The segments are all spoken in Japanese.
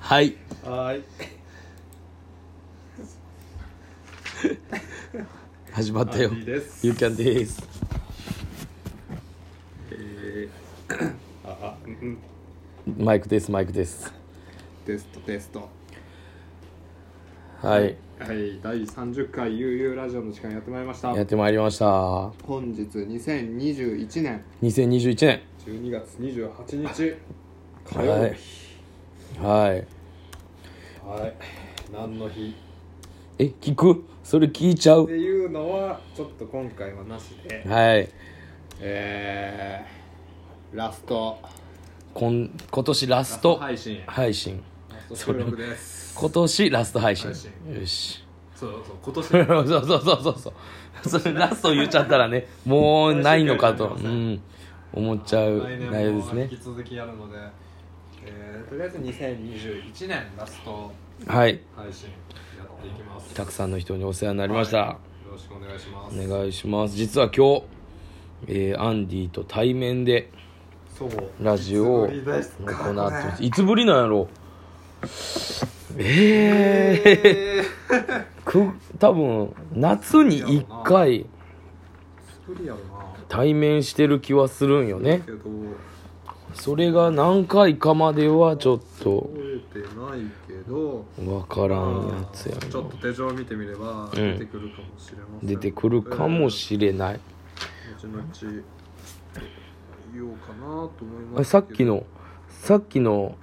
はいはーい始まったよアンディですゆうきゃんですえー、ああうんうんマイクですマイクですテストテストはいはい第30回ゆうゆうラジオの時間やってまいりましたやってまいりました本日2021年2021年12月28日火は曜い日はいはい、何の日え聞くそれ聞いちゃってういうのはちょっと今回はなしではいえー、ラストこん今年ラスラトスト配信配信ラスト収録です今年ラスト配信配信よしそうそう今年そうそうそうそうそうそれラスト言っちゃったらねもうないのかと、うん、思っちゃう来内容年でもすね引き続きやるので、えーとりあえず2021年ラストはい配信やっていきますたくさんの人にお世話になりました、はいよろしくお願いしますお願いします実は今日、えーアンディと対面でそうラジオをいつぶりですか行ってますねいつぶりなんやろえええーー、く多分夏に1回いつぶりやろな対面してる気はするんよねけどそれが何回かまではちょっと覚えてないけどわからんやつやちょっと手錠見てみればん出てくるかもしれません、出てくるかもしれないれない、後々言おうかなと思いますけどあさっきのさっきの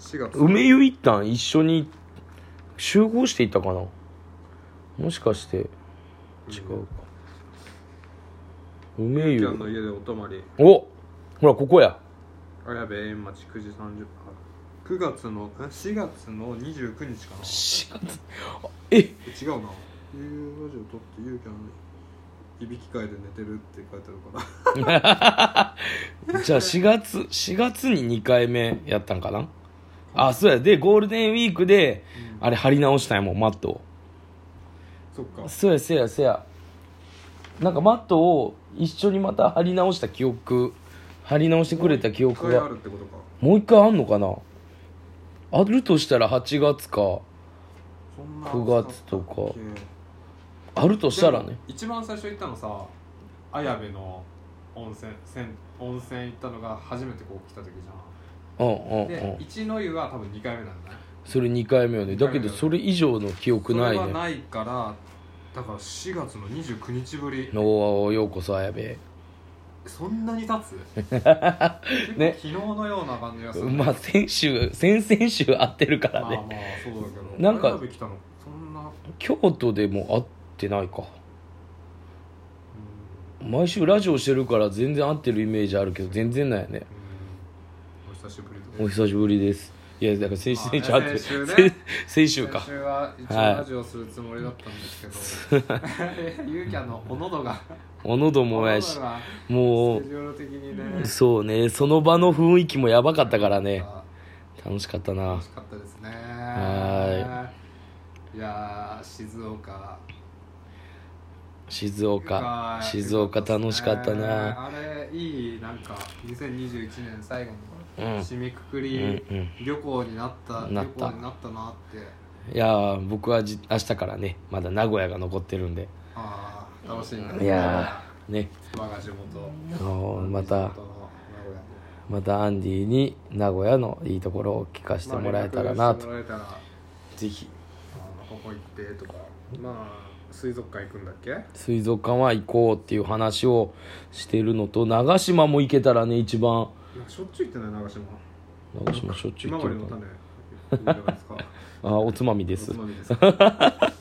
4月梅湯一旦一緒に集合していたかなもしかして違うか梅キャンの湯家でお泊まりおほらここや綾部円町9時30分あ9月のえ4月の29日かな4月ええ違うな「ゆうゆうラジオ」撮ってゆうきゃんいびき会で寝てるって書いてあるからじゃあ4月4月に2回目やったんかなあそうやでゴールデンウィークであれ貼り直したんやもんマットをそっかそうやそうやそうやなんかマットを一緒にまた貼り直した記憶貼り直してくれた記憶一回あがるってことかもう一回あんのかなあるとしたら8月かそんな9月とか暑ったっけあるとしたらでねも一番最初行ったのさ綾部の温泉せん温泉行ったのが初めてこう来た時じゃうんうんんうでん一の湯は多分2回目なんだねそれ2回目よねだけどそれ以上の記そ憶れないはねないからだから4月の29日ぶりおおようこそ綾部そんなに 経つねね昨日のような感じがする、まあ先週 先々週会ってるかまらあまあねそうだけどなんか綾部来たのそんな、京都でも会ってないか毎週ラジオしてるから全然会ってるイメージあるけど全然ないよねうん、お久しぶりおです久しぶりですいやだから先週まあ先ね週会って先週ね先先週か先週は一応はいラジオするつもりだったんですけど、 ゆうきゃんのお喉がおのどもやおし喉がもスケジュール的にねうそうねその場の雰囲気もやばかったからね楽しかったな楽しかったですねはいやー静岡静岡静岡よ楽しかったなったですねあれいいなんか2021年最後のうん締めくくうんりうん旅行になった、なっ旅た行になったなっていやー僕はじ明日からねまだ名古屋が残ってるんであー楽しいないやーね我が地元あのーまた地元の名古屋またアンディに名古屋のいいところを聞かせてもらえたらなとまあ連絡してもらえたらぜひあのここ行ってとかまあ水族館行くんだっけ水族館は行こうっていう話をしてるのと長島も行けたらね一番なんかしょっちゅう行ってない長島長島しょっちゅひう行まってわりるのから種いいんじゃないですかあーおつまみでおすつまみですかなんか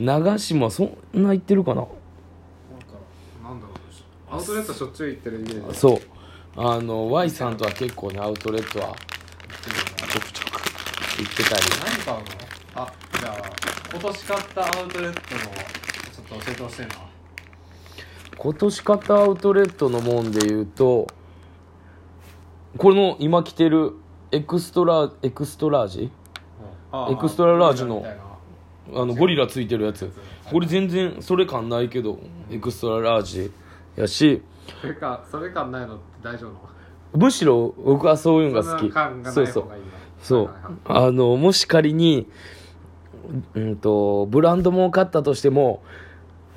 長島そんな行ってるかななんだろうアウトレットしょっちゅう行ってるイメージですそうあの Y さんとは結構ねアウトレットはちょくちょく行ってたり何買うのあじゃあ今年買ったアウトレットのちょっと教えてほしいな今年買ったアウトレットのもんで言うとこの今着てるエクストラエクストラージあエクストララージのみたいなあのゴリラついてるやつこれ全然それ感ないけどエクストララージやしそれかそれ感ないのって大丈夫なのむしろ僕はそういうのが好そんきな感がそなういそ方うがいいなそうはいはいはいあのもし仮に、うん、とブランドも買ったとしても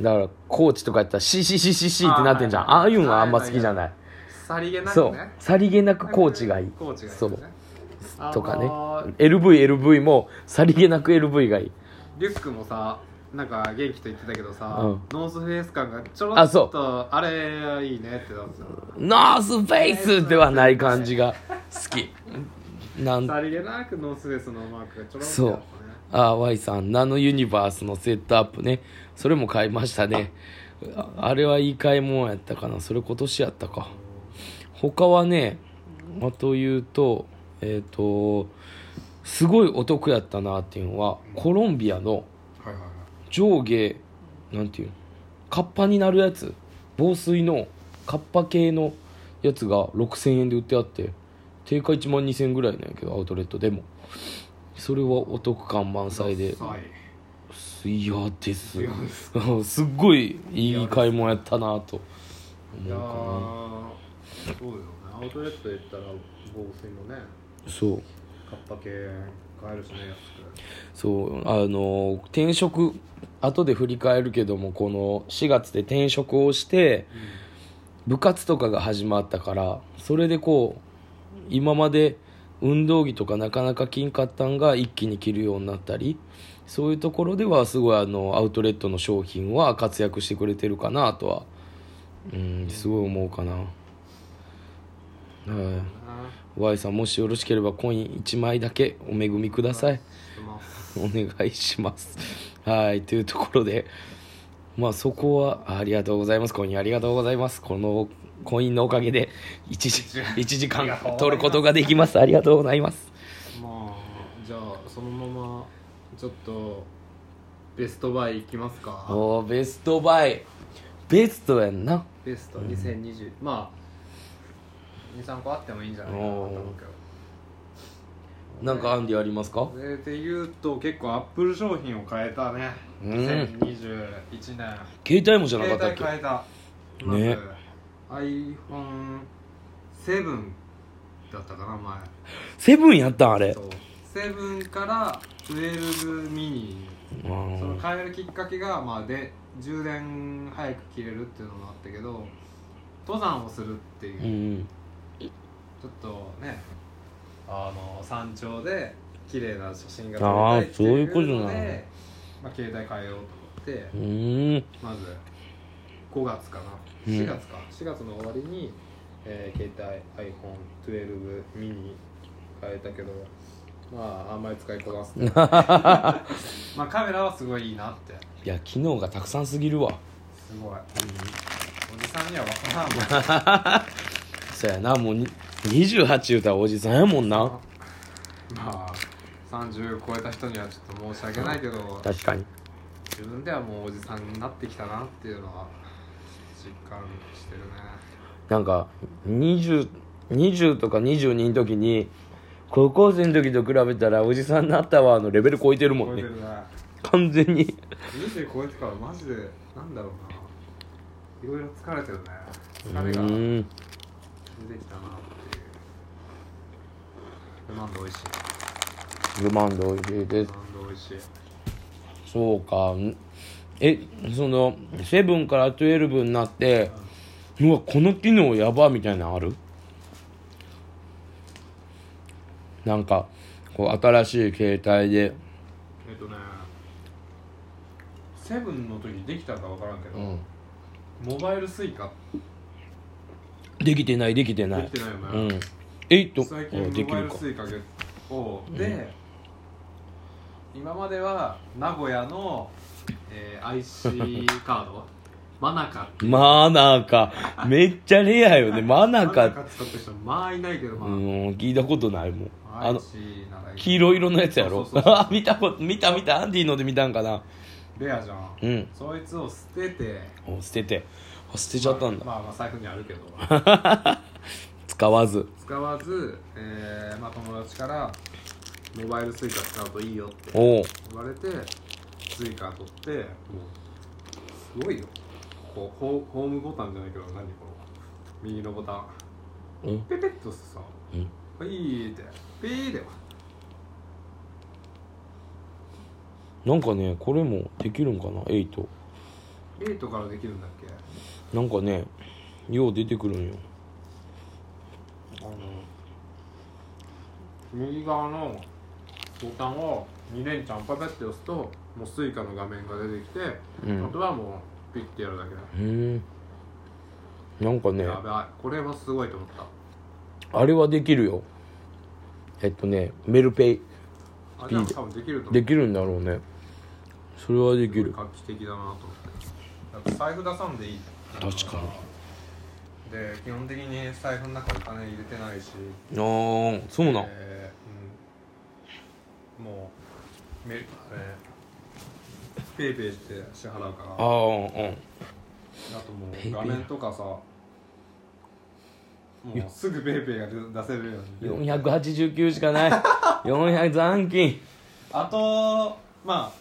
だからコーチとかやったら「シーシーシーシーシー」ってなってんじゃんあああはいいはういのはあんま好きじゃないさりげなくねそうさりげなくコーチがいいコーチがいいそでうすねとかねあのー LVLV もさりげなく LV がいいリュックもさなんか元気と言ってたけどさ、うんノースフェイス感がちょろあっそとあれいいねってなってたノースフェイスではない感じが好きなんさりげなくノースフェイスのマークがちょろっそうとあったねあ Y さんナノユニバースのセットアップねそれも買いましたねああれはいい買い物やったかなそれ今年やったか他はねあと言うとえっ、とすごいお得やったなっていうのはコロンビアのはいはいはい上下なんていうのカッパになるやつ防水のカッパ系のやつが6000円で売ってあって定価1万2000円ぐらいなんやけどアウトレットでもそれはお得感満載ではいいやです いやですすっごいいい買い物やったなと思いやうーかそうよねアウトレットで言ったら防水のねなそうカッパ系買えるしね安そうあの転職後で振り返るけどもこの4月で転職をして部活とかが始まったからそれでこう今まで運動着とかなかなか着んかったんが一気に着るようになったりそういうところではすごいあのアウトレットの商品は活躍してくれてるかなとはうんすごい思うかな。はいくな Y さんもしよろしければコイン1枚だけお恵みください。してますお願いします。はい、というところで、まあそこはありがとうございます。コインありがとうございます。このコインのおかげで1時 ,1 時あ間りがとうございます取ることができます。ありがとうございます。まあじゃあそのままちょっとベストバイいきますかおーベストバイ。ベストやんな。ベスト2020、まあ23個あってもいいんじゃないかなと思うけなどんかアンディありますかそれで言うと結構アップル商品を変えたね、うん2021年携帯もじゃなか携ったっ帯け変えたまず、ね iPhone7 だったかな前セブンやったんあれ。そう7から12ミニにうそのん変えるきっかけが、まあ、で充電早く切れるっていうのもあったけど登山をするっていう、うん。ちょっとねあの山頂で綺麗な写真があー撮れたいっていうそういうこのとなでまあ、携帯変えようと思ってう、ん。まず5月かなうん4月か、4月の終わりに、えー携帯 iPhone12 ミニ変えたけどまああんまり使いこな すねまあカメラはすごいいいなっていや、機能がたくさんすぎるわ。すごい、おじさんには分からんもんそやな、もうに28言うたらおじさんやもんな。まあ30超えた人にはちょっと申し訳ないけど確かに。自分ではもうおじさんになってきたなっていうのは実感してるねなんか 20, 20とか22の時に高校生の時と比べたらおじさんになったわのレベル超えてるも超んえねてるね完全に20超えてからマジでなんだろうないろいろ疲れてるねう疲れがーん出てきたなっていうルマンド美味しいルマンド美味しいでルすマンド美味しいそうかんえそのセブンから12になってうわこの機能やばみたいなのあるなんかこう新しい携帯でえっとねセブンの時できたか分からんけど、うんモバイルスイカできてないできてなでいきてないよね、うんえっと最近うんできモバイるルかスイカをで、今までは名古屋の、えー IC カ ードマナカマナカめっちゃレアよねマナマナカカ使ってる人まあいないけどうまあ、ん聞いたことないもんあの IC ならいい黄色色のやつやろそうそうそう 見たこと見た見たアンディので見たんかなレアじゃん、うんそいつを捨ててお捨ててあ捨てちゃったんだ、まあ、まあまあ財布にあ るけど使わず使わず、えーまあ、友達からモバイルスイカ使うといいよっておう言われてスイカ取ってもうすごいよこうホホームボタンじゃないけど何この右のボタンうんペペッと押すとさうん「ピー」って「ピー」でなんかねこれもできるんかな8エイトからできるんだっけなんかねよう出てくるんよあの右側のボタンを2連チャンパペって押すともうスイカの画面が出てきて、うんあとはもうピッてやるだけだ、へえなんかねやばいこれはすごいと思ったあれはできるよえっとねメルペイあじゃあ多分できると思でうきるんだろうねそれはできる画期的だなと思ってやっぱ財布出さんでいい確かにで基本的に財布の中お金入れてないしああそうなんえーうん、もうメルあれペイペイして支払うからああうんあともペイペイう画面とかさもうすぐペイペイが出せるように489しか ない400残金あとまあ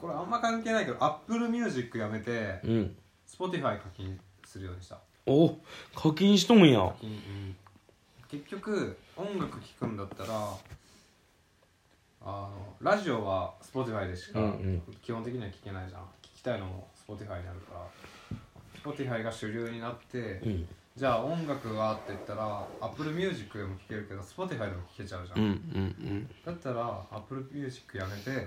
これあんま関係ないけど Apple Music やめてうん Spotify 課金するようにしたお課金しとんや結局音楽聴くんだったらあのラジオは Spotify でしかうんうん基本的には聴けないじゃん聴きたいのも Spotify にあるから Spotify が主流になって、うんじゃあ音楽はって言ったら Apple Music でも聴けるけど Spotify でも聴けちゃうじゃん、うんうんだったら Apple Music やめて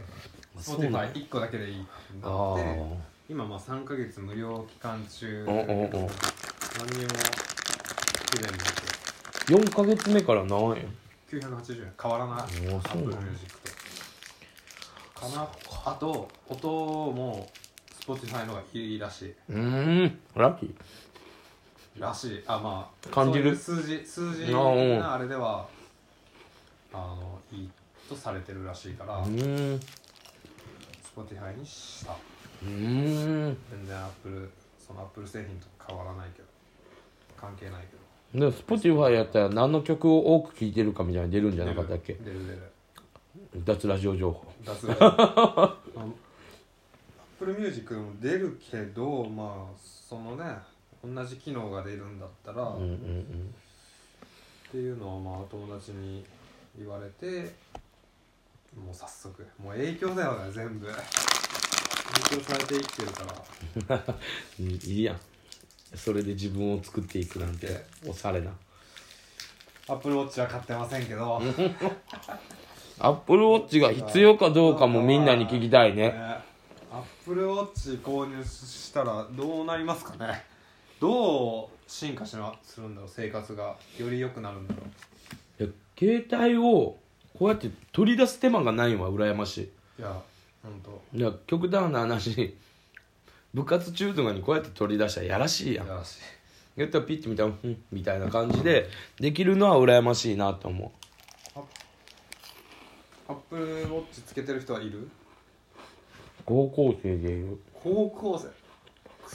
あそうなん Spotify1 個だけでいいってうんなあってあ今まあ3ヶ月無料期間中おお何にもお不便なく4ヶ月目から何円980円変わらなおいー Apple そうな Music のとかなあと音も Spotify の方がいいらしうーんラッキーいらしいあまあ感じるそういう数字数字あーうんなあれではあのいいとされてるらしいからうーん Spotify にしたうーん全然 Apple その Apple 製品と変わらないけど関係ないけどでも Spotify やったら何の曲を多く聴いてるかみたいなの出るんじゃなかったっけ出る出る脱ラジオ情報出る 出すアップルミュージックも出るけどまあそのね同じ機能が出るんだったら、うんっうんていうのをまあ友達に言われてもう早速もう影響だよね全部影響されて生きてるからうんいいやんそれで自分を作っていくなんてでおしゃれなアップルウォッチは買ってませんけど、アップルウォッチが必要かどうかもみんなに聞きたいねねアップルウォッチ購入したらどうなりますかねどう進化しなするんだろう生活がより良くなるんだろいや携帯をこうやって取り出す手間がないのは羨ましういや本当いいや極端な話部活中とかにこうやって取り出したらやらしいやんやらしい言ったらピッて見たら「うん」みたいな感じでできるのは羨ましいなと思アップルウォッチつけてる人はいるう高校生でいる高校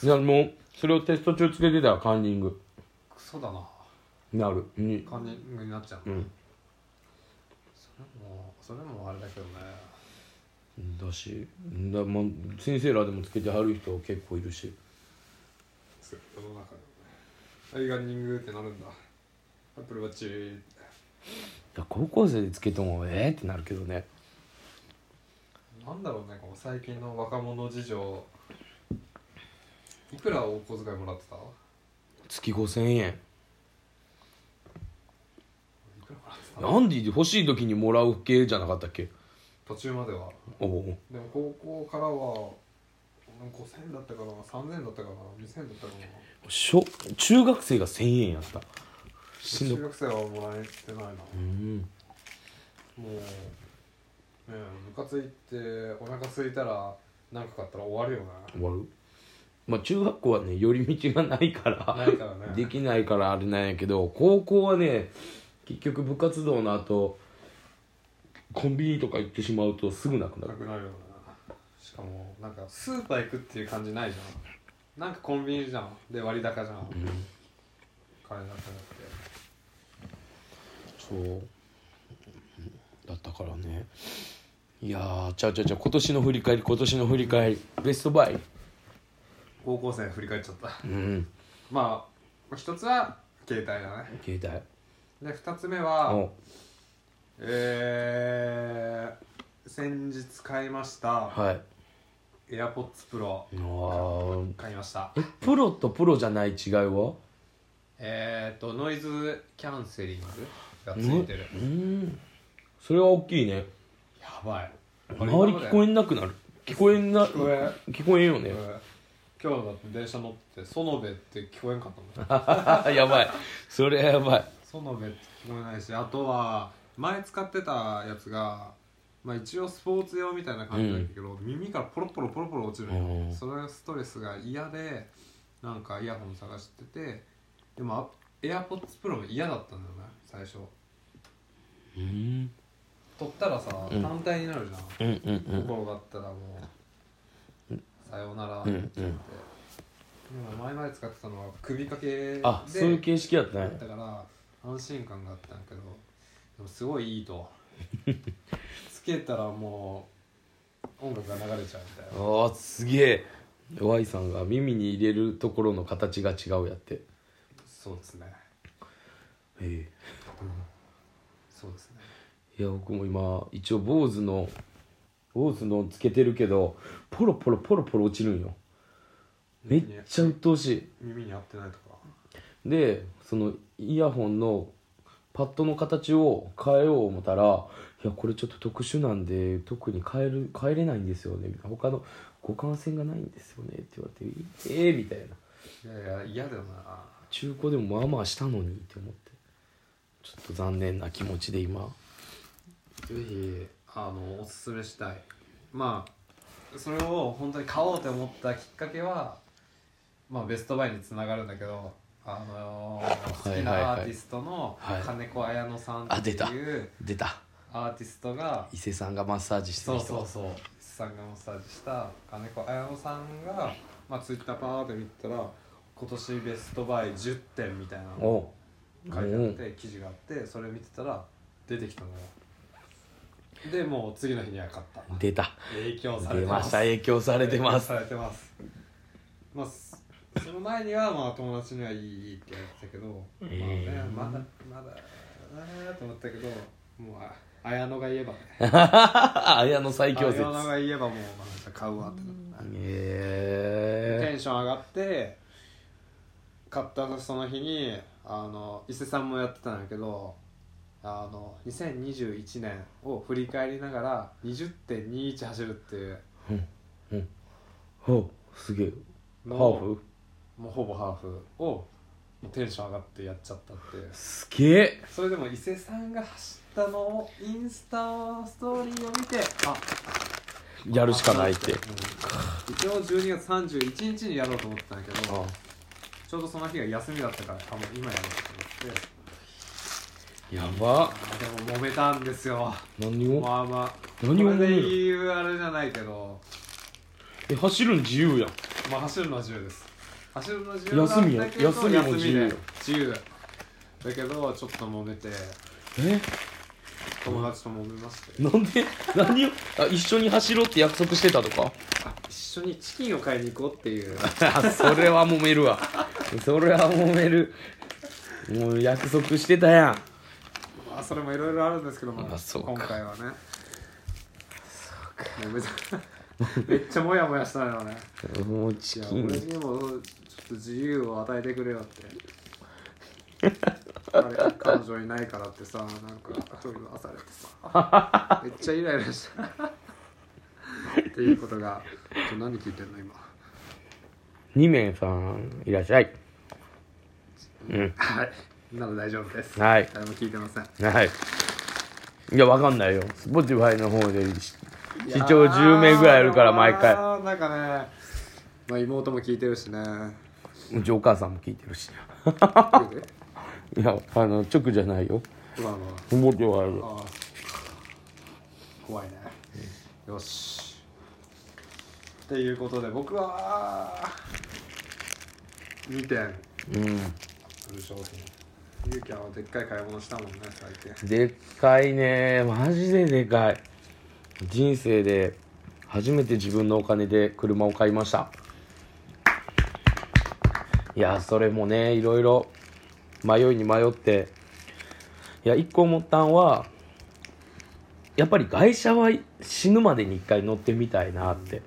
生いやもうそれをテスト中つけてたらカンニングクソだなになるにカンニングになっちゃううの、んそれもそれもあれだけどねだしだ、ま、先生らでもつけてはる人結構いるし世の中でアイガンニングってなるんだアップルウォッチいや高校生でつけてもええってなるけどねなんだろうねこの最近の若者事情いくらお小遣いもらってたい月5000円くらもらってたアンディで欲しい時にもらう系じゃなかったっけ途中まではおおでも高校からは俺も5000円だったかな3000円だったかな2000円だったかな小中学生が1000円やったしんど中学生はもらえてないなもうんうねえ部活行ってお腹空いたら何か買ったら終わるよ終わるまあ中学校はね寄り道がないからなないからねできないからあれなんやけど高校はね結局部活動の後コンビニとか行ってしまうとすぐなくななるくなるよなしかもなんかスーパー行くっていう感じないじゃんなんかコンビニじゃんで割高じゃん、金なくなってそうだったからねいやーちゃうちゃうちゃう今年の振り返り今年の振り返りベストバイ高校生振り返っちゃった うんまあ一つは携帯だね携帯で二つ目はおえー先日買いましたはい AirPods Pro あー買いましたえプロとプロじゃない違いはえー、っとノイズキャンセリングがついてるうんそれは大きいねやばい周り聞こえなくなる聞こえな聞こえ聞こえんよねえー今日だって電車乗ってて園部って聞こえんかったも んやばいそれやばい園部って聞こえないしあとは前使ってたやつがまあ一応スポーツ用みたいな感じなんだけど、耳からポロポロポロポロ落ちるのよ、うんそれがストレスが嫌でなんかイヤホン探しててでもあ AirPods Pro も嫌だったんだよね最初うん取ったらさうん単体になるじゃん、うんうんうん心があったらもうさようならっうてん言って、でも前まで使ってたのは首掛けであそういう形式やっただねから安心感があったんだけどでもすごいい いとつけたらもう音楽が流れちゃうみたいなああすげえ Y さんが耳に入れるところの形が違うやってそうですね、えうん、そうですねえいや僕も今一応坊主の坊主のつけてるけどポロポロポロポロ落ちるんよめっちゃ鬱陶しい耳に合ってないとかでそのイヤホンのパッドの形を変えよう思ったら「いやこれちょっと特殊なんで特に変える変えれないんですよね」みたいな「他の互換性がないんですよね」って言われて「ええみたいないやいや嫌だよな中古でもまあまあしたのにって思ってちょっと残念な気持ちで今ぜひあのおすすめしたいまあそれを本当に買おうと思ったきっかけはまあベストバイにつながるんだけどあのーは好いはいきはいなアーティストのはい金子綾乃さんあって出たいう出たアーティストが伊勢さんがマッサージしてそるう人そうそうさんがマッサージした金子綾乃さんがまあツイッターパーって見たら今年ベストバイ10点みたいなのおう書いてあって記事があってそれ見てたら出てきたのよでもう次の日には買った出た影響され出てまますした影響されてます影響されてますまあそその前にはまあ友達にはいいいいって言われてたけど、えーまあねまだまだだなと思ったけどもうあ綾乃が言えばね綾野最強綾説乃が言えばもう、まあ、じゃあ買うわってなったテえンション上がって買ったその日にあの伊勢さんもやってたんだけどあの2021年を振り返りながら20.21走るっていうえおすげえハのーフもうほぼハーフをテンション上がってやっちゃったっていうすげえそれでも伊勢さんが走ったのをインスタストーリーを見てあやるしかないってうん一応12月31日にやろうと思ってたんだけどちょうどその日が休みだったからあもう今やろうと思ってやばでも揉めたんですよ何をまあまあ何を揉こめれるで言うあれじゃないけどえ走るの自由やんまあ走るのは自由です走るのは自由なんだけど休みよ休みも自由よ休みで自由だけどちょっと揉めてえ友達と揉めまして、なんで 何をあ一緒に走ろうって約束してたとかあ一緒にチキンを買いに行こうっていうあ それは揉めるわそれは揉めるもう約束してたやんまあそれもいろいろあるんですけど、ままあそうか今回はねもうめちゃめっちゃ モヤモヤしたのよねもうチいやキ俺ンにもちょっと自由を与えてくれよって彼彼女いないからってさなんか取り回されてさ めっちゃイライラしたっていうことがちょ何聞いてんの今2名さんいらっしゃいうんはいなので大丈夫ですはい誰も聞いてませんはいいやわかんないよ Spotify の方でし視聴10名ぐらいいるから毎回あーなんかねまあ妹も聞いてるし ねうちお母さんも聞いてるし聞いてるいやあの直じゃないよまあま思ってはあるああー怖いねよしっていうことで僕は2点あうんる商品ゆうきゃんはでっかい買い物したもんね最近でっかいねマジででかい人生で初めて自分のお金で車を買いましたいやそれもねいろいろ迷いに迷っていや一個思ったんはやっぱり外車は死ぬまでに一回乗ってみたいなって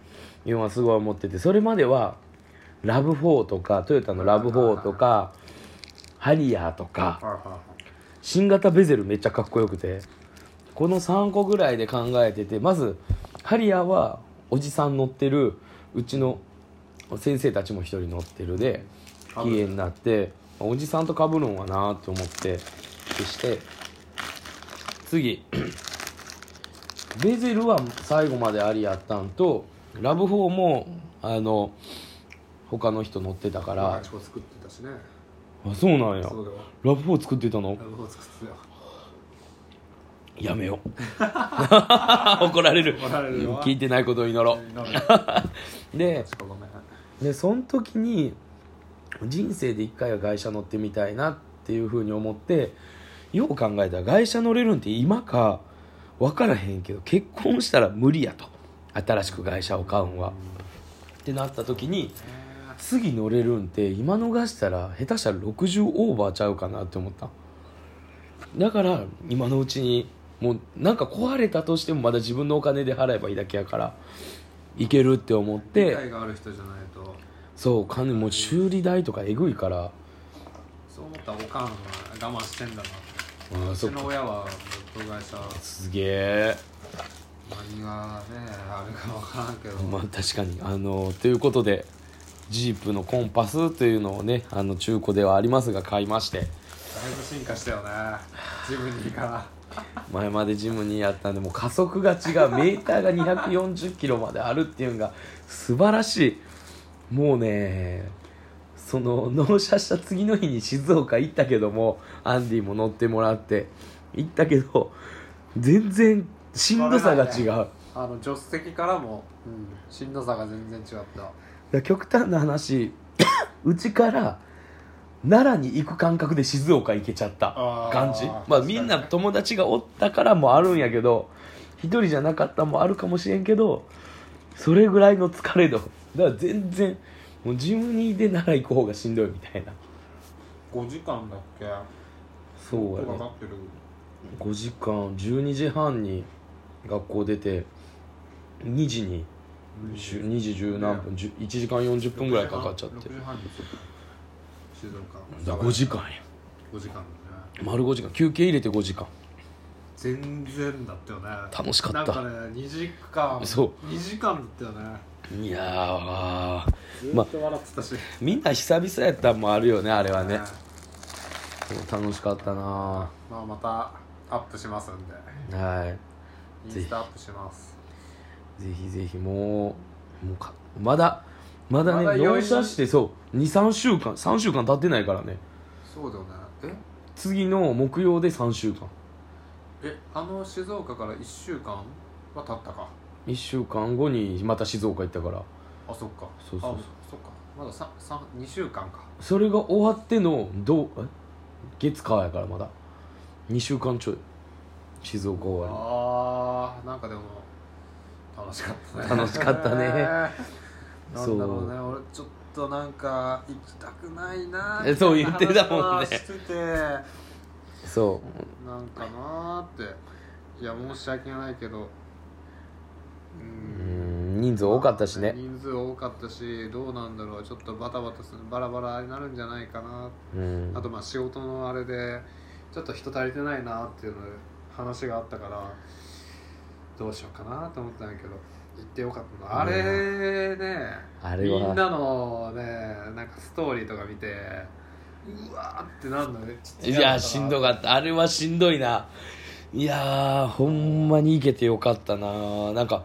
いうのはすごい思っててそれまではラブ4とかトヨタのラブ4とかハリアーとかはいは新型ベゼルめっちゃかっこよくてこの3個ぐらいで考えててまずハリアーはおじさん乗ってるうちの先生たちも一人乗ってるで被る家になっておじさんとかぶるんはなと思ってそして次 ベゼルは最後までありやったんとラブ4もあの他の人乗ってたかいらはい作ってたしねあそうなんやそうだよラブ4作ってたのラブホ作ってたよやめよう 怒られ る怒られるよ聞いてないことを祈ろ飲め確かうでごめんでその時に人生で一回は外車乗ってみたいなっていうふうに思ってよう考えたら外車乗れるんって今か分からへんけど結婚したら無理やと新しく外車を買うんはってなった時に次乗れるんって今逃したら下手したら60オーバーちゃうかなって思っただから今のうちにもうなんか壊れたとしてもまだ自分のお金で払えばいいだけやからいけるって思って理解がある人じゃないとそう金もう修理代とかえぐいからそう思ったらおかんは我慢してんだなあーうそちっかの親は部外者すげえ何がねあれか分からんけど、まあ確かにあのということでジープのコンパスというのをねあの中古ではありますが買いましてだいぶ進化したよねジムニーから前までジムにやったんでもう加速が違うメーターが240キロまであるっていうのが素晴らしいもうねその納車した次の日に静岡行ったけどもアンディも乗ってもらって行ったけど全然しんどさが違うあの助手席からも、しんどさが全然違っただから極端な話 うちから奈良に行く感覚で静岡行けちゃったあー感じ確まあかにみんな友達がおったからもあるんやけど一人じゃなかったもあるかもしれんけどそれぐらいの疲れ度だから全然もうジムニーで奈良行く方がしんどいみたいな5時間だっけそうやかねかってる5時間12時半に学校出て2時に10 2時十何分10 1時間40分ぐらいかかっちゃって6時半に静岡だから5時間や5時間だね丸5時間休憩入れて5時間全然だったよね楽しかなっんかたね2時間そう2時間だったよねいやーずまっと笑ってたし、みんな久々やったんもあるよねあれはね楽しかったなまあまたアップしますんではインぜひスタアップしますいぜひぜひもうもうかまだまだねまだ余納韻車してそう23週間3週間経ってないからねそうだよねえ次の木曜で3週間えあの静岡から1週間は経ったか1週間後にまた静岡行ったからあそっかそうそうそうあそっかまだささ2週間かそれが終わってのどうえ月火やからまだ2週間ちょい静岡終わあーなんかでも楽しかったね楽しかったね なんだそうろうね俺ちょっとなんか行きたくないなえそう言ってたもんねみいな話はしててりそうなんかなーっていや申し訳ないけどううんん人数多かったしね人数多かったしどうなんだろうちょっとバタバタするバラバラになるんじゃないかなうんあとまあ仕事のあれでちょっと人足りてないなっていうの話があったからどうしようかなと思ったんやけど行ってよかったなあれねあれみはんなのねなんかストーリーとか見てうわーってなんのねちょっとい嫌だったやなしんどかったあれはしんどいないやーほんまに行けてよかったななんか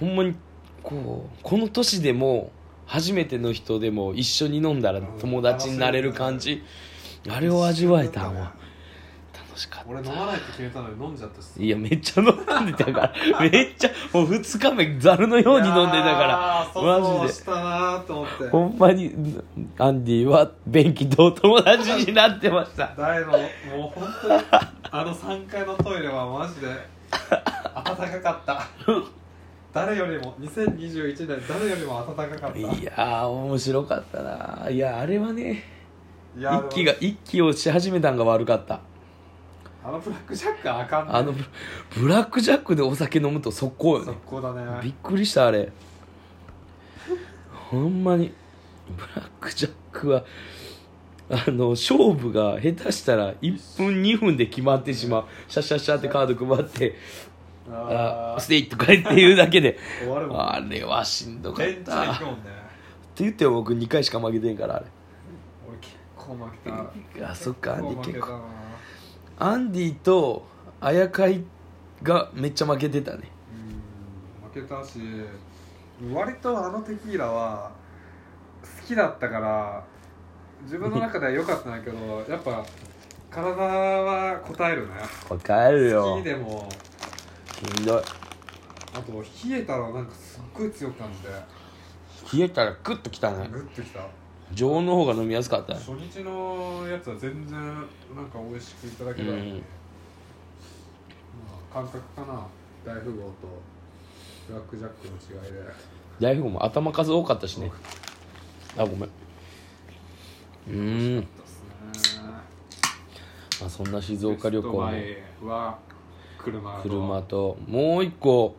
ほんまにこうこの年でも初めての人でも一緒に飲んだら友達になれる感じあれを味わえたんは楽しかった俺飲まないって決めたのに飲んじゃったしいやめっちゃ飲んでたからめっちゃもう2日目ざるのように飲んでたからいやーそうマジでしたなーと思ってほんまにアンディは便器とお友達になってました大のもう本当にあの3階のトイレはマジで暖かかった誰よりも2021年誰よりも暖かかったいやー面白かったないやあれはねいや一気が一気をし始めたんが悪かったあのブラックジャックはあかんねあのブブラックジャックでお酒飲むと速攻よ速ね攻だねびっくりしたあれほんまにブラックジャックはあの勝負が下手したら1分2分で決まってしまうシャシャシャってカード配って「ああステイ」とか言って言うだけでー終わるもんあれはしんどかっ全然たっ行くてもんね言っても僕2回しか負けてんからあれ俺結構負けたあそっかアンディ結な構アンディとあやかいがめっちゃ負けてたねうん負けたし割とあのテキーラは好きだったから自分の中では良かったんだけどやっぱ体は答えるねこれ帰る好よきでもしんどいあと冷えたらなんかすっごい強く感じて冷えたらクッときたねグッときた常温の方が飲みやすかったね初日のやつは全然なんか美味しくいただけたのうんで、まあ、感覚かな大富豪とブラックジャックの違いで大富豪も頭数多かったしねあごめんうーん、ですねまあ、そんな静岡旅行のベストバイは車と車ともう一個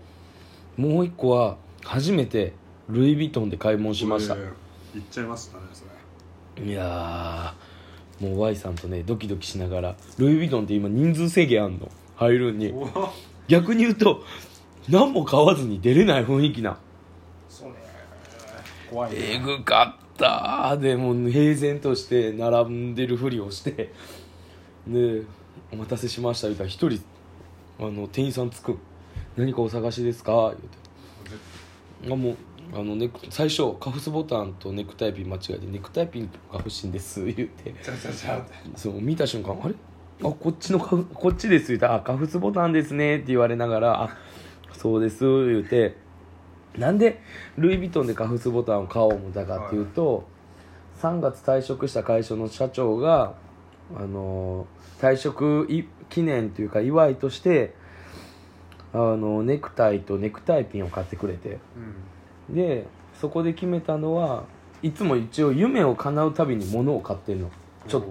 もう一個は初めてルイ・ヴィトンで買い物しましたえー行っちゃいましたねそれいやーもう Y さんとねドキドキしながらルイ・ヴィトンって今人数制限あんの入るんにおー逆に言うと何も買わずに出れない雰囲気なそれ怖いねえぐかったでもう平然として並んでるふりをしてで「お待たせしました」言ったら一人あの店員さんつく「何かお探しですか?」言うてあもうあのネク最初カフスボタンとネクタイピン間違えて「ネクタイピンが欲しいんです」言うてちゃちゃちゃってそう見た瞬間「あれあこっちのカフこっちです」言うて「あカフスボタンですね」って言われながら「あそうです」言うてなんでルイ・ヴィトンでカフスボタンを買おう思ったかっていうと、3月退職した会社の社長が、あのー退職い記念というか祝いとして、あのネクタイとネクタイピンを買ってくれてうんでそこで決めたのはいつも一応夢を叶うたびに物を買ってるのちょっと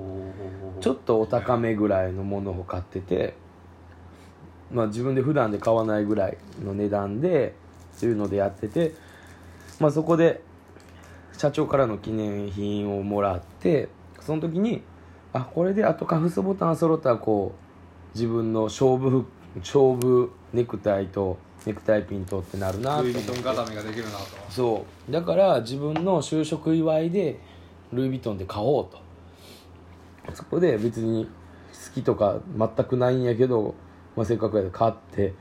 ちょっとお高めぐらいのものを買ってて、まあ、自分で普段で買わないぐらいの値段でそういうのでやってて、まあ、そこで社長からの記念品をもらってその時にあこれであとカフスボタン揃ったらこう自分の勝負服勝負ネクタイとネクタイピンとってなるなとル思イ・っヴィトてン固めができるなとそうだから自分の就職祝いでルイ・ヴィトンで買おうとそこで別に好きとか全くないんやけど、まあ、せっかくやで買って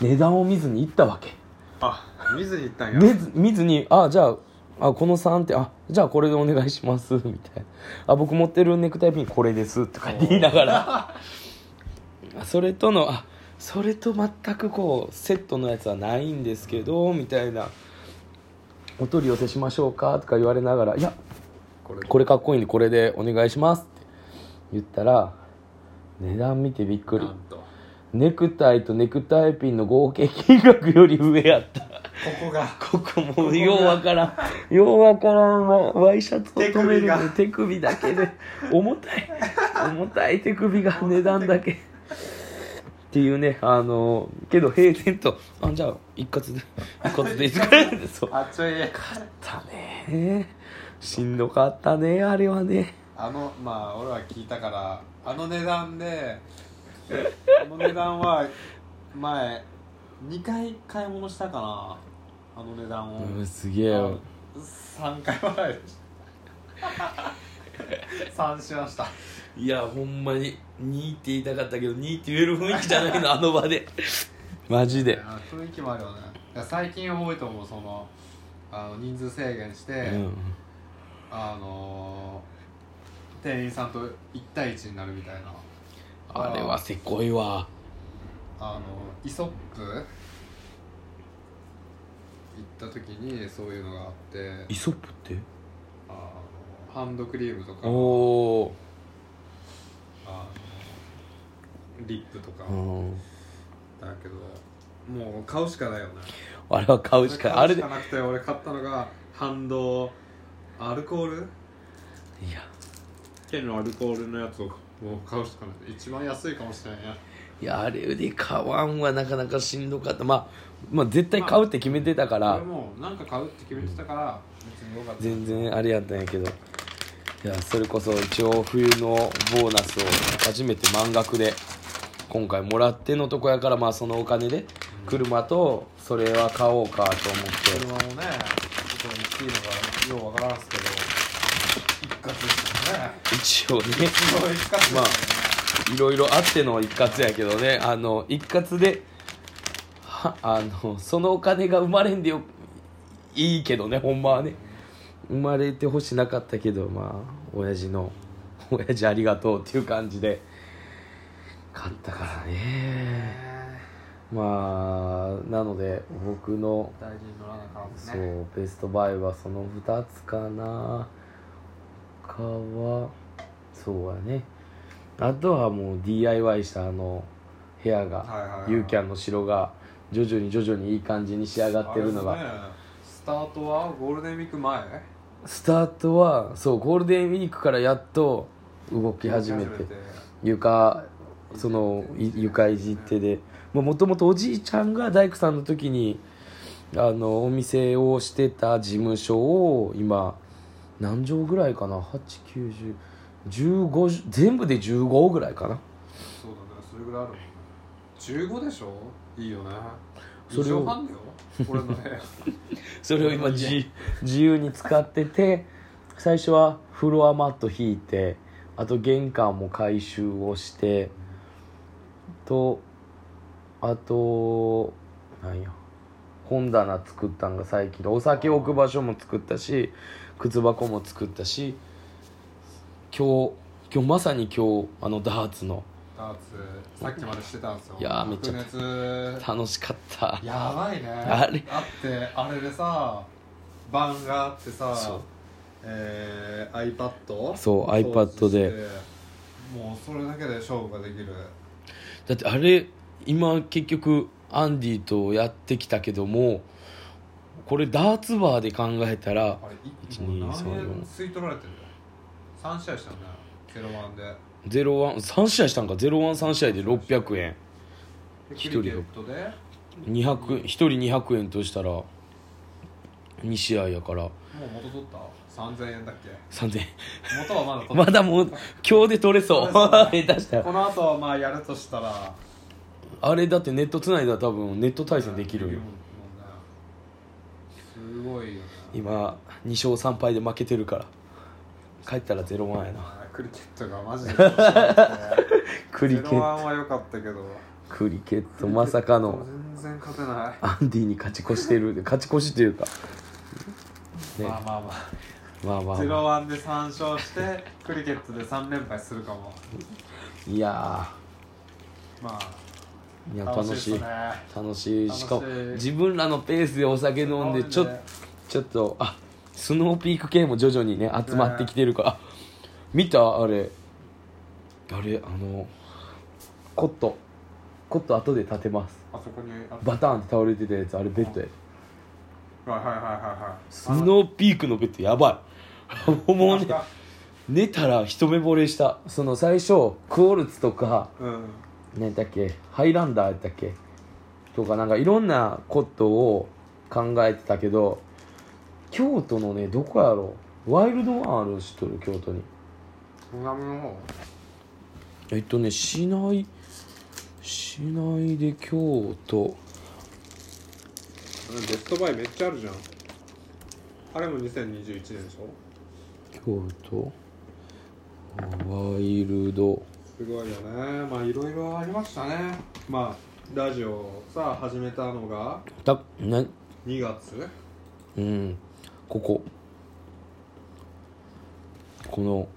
値段を見ずに行ったわけあ見ずに行ったんや見ず見ずに「あじゃああこの3ってあじゃあこれでお願いします」みたいな「あ僕持ってるネクタイピンこれです」とかって言いながらそれとの「あそれと全くこうセットのやつはないんですけど」みたいな「お取り寄せしましょうか」とか言われながら「いやこれこれかっこいいんでこれでお願いします」って言ったら値段見てびっくりなんとこネクタイとネクタイピンの合計金額より上やったこがここもうようわからん ようわからんわワイシャツを止めるのに手首だけで重たい重たい手首が値段だけっていうねあのけど平然とあじゃあ一括で一括でいいですか そうあっちょいだねしんどかったねあれはねあのまあ俺は聞いたからあの値段であの値段は前2回買い物したかなあの値段を、うんすげえよ3回はないでし3しましたいやほんまに2って言いたかったけど2って言える雰囲気じゃない のあの場でマジであ雰囲気もあるよねだから最近多いと思うそのあの人数制限して、うんあのー店員さんと1対1になるみたいなあれはせこいわあのイソップ行った時にそういうのがあってイソップってあのハンドクリームとかおおあのリップとかー、うん、だけどもう買うしかないよねあれは買うしかあ買れうでしいかなくて俺買ったのがハンドアルコールや県のアルコールのやつをもう買うしかない一番安いかもしれないやいやあれで買わんはなかなかしんどかった、まあ、まあ絶対買うって決めてたから、俺もなんか買うって決めてたから別によかった全然あれやったんやけどいやそれこそ一応冬のボーナスを初めて満額で今回もらってのとこやからまあそのお金で車とそれは買おうかと思って車もねちょっと大きいのがようわからんすけど一括ですよね一応ねすごい一括ですよねまいろいろあっての一括やけどねあの一括ではあのそのお金が生まれんでよいいけどねほんまはね生まれてほしなかったけどまあ親父の親父ありがとうっていう感じで買ったからねねまあなので僕の大事に乗らなあかんもんねそうベストバイはその2つかなかはそうやねあとはもう DIY したあの部屋はいはいがはいユーキャンの城が徐々に徐々にいい感じに仕上がってるのあれがですねスタートはゴールデンウィーク前スタートはそうゴールデンウィークからやっと動き始めて床そのい床いじってでもともとおじいちゃんが大工さんの時にあのお店をしてた事務所を今何畳ぐらいかな891015全部で15ぐらいかなそうだねそれぐらいあるもんね15でしょいいよねそそれれをを半だよ俺の部屋それを今自 自由に使ってて最初はフロアマット引いてあと玄関も改修をしてとあとなんや本棚作ったんが最近でお酒置く場所も作ったし靴箱も作ったし今日今日まさに今日あのダーツのダーツさっきまでしてたんですよいやーめっちゃ白熱楽しかったやばいねあれだってあれでさ番があってさそうえー、iPad? そう iPad でもうそれだけで勝負ができるだってあれ今結局アンディとやってきたけどもこれダーツバーで考えたらあれ一1 2 3 4吸い取られてる3試合したんだよゼロワンで013試合したんか013試合で600円で一ク人リケットで200 1人200円としたら2試合やからもう元取った3000円だっけ3000円 元はまだ取ったまだもう今日で取れそう 下手したらこの後まあやるとしたらあれだってネットつないだら多分ネット対戦できるよもんねすごいよね今2勝3敗で負けてるから帰ったら0-1やなまあクリケットがマジで面白くて クリケゼロッワトンは良かったけどクリケットまさかの全然勝てなアンディに勝ち越してる勝ち越しというかい、ねまあまあままあまああ、ゼロワンで3勝してクリケットで3連敗するかもいやまーいやあ楽楽しいですしいね楽しい楽しいしかも自分らのペースでお酒飲んでちょねちょっとあスノーピーク系も徐々にね集まってきてるから、あ見たあれあれあのコットコット後で立てますあそこにあバターンって倒れてたやつあれベッドやはいはいはいはいはいスノーピークのベッドやばい もうね寝たら一目惚れしたその最初クオルツとかうん何だっけハイランダーやったっけとかなんかいろんなことを考えてたけど京都のねどこやろワイルドワンあるの知っとる京都に南の方えっとね市内市内で京都あれベストバイめっちゃあるじゃんあれも2021年でしょ京都ワイルドすごいよねまあいろいろありましたねまあラジオをさ始めたのがたな2月うんこここの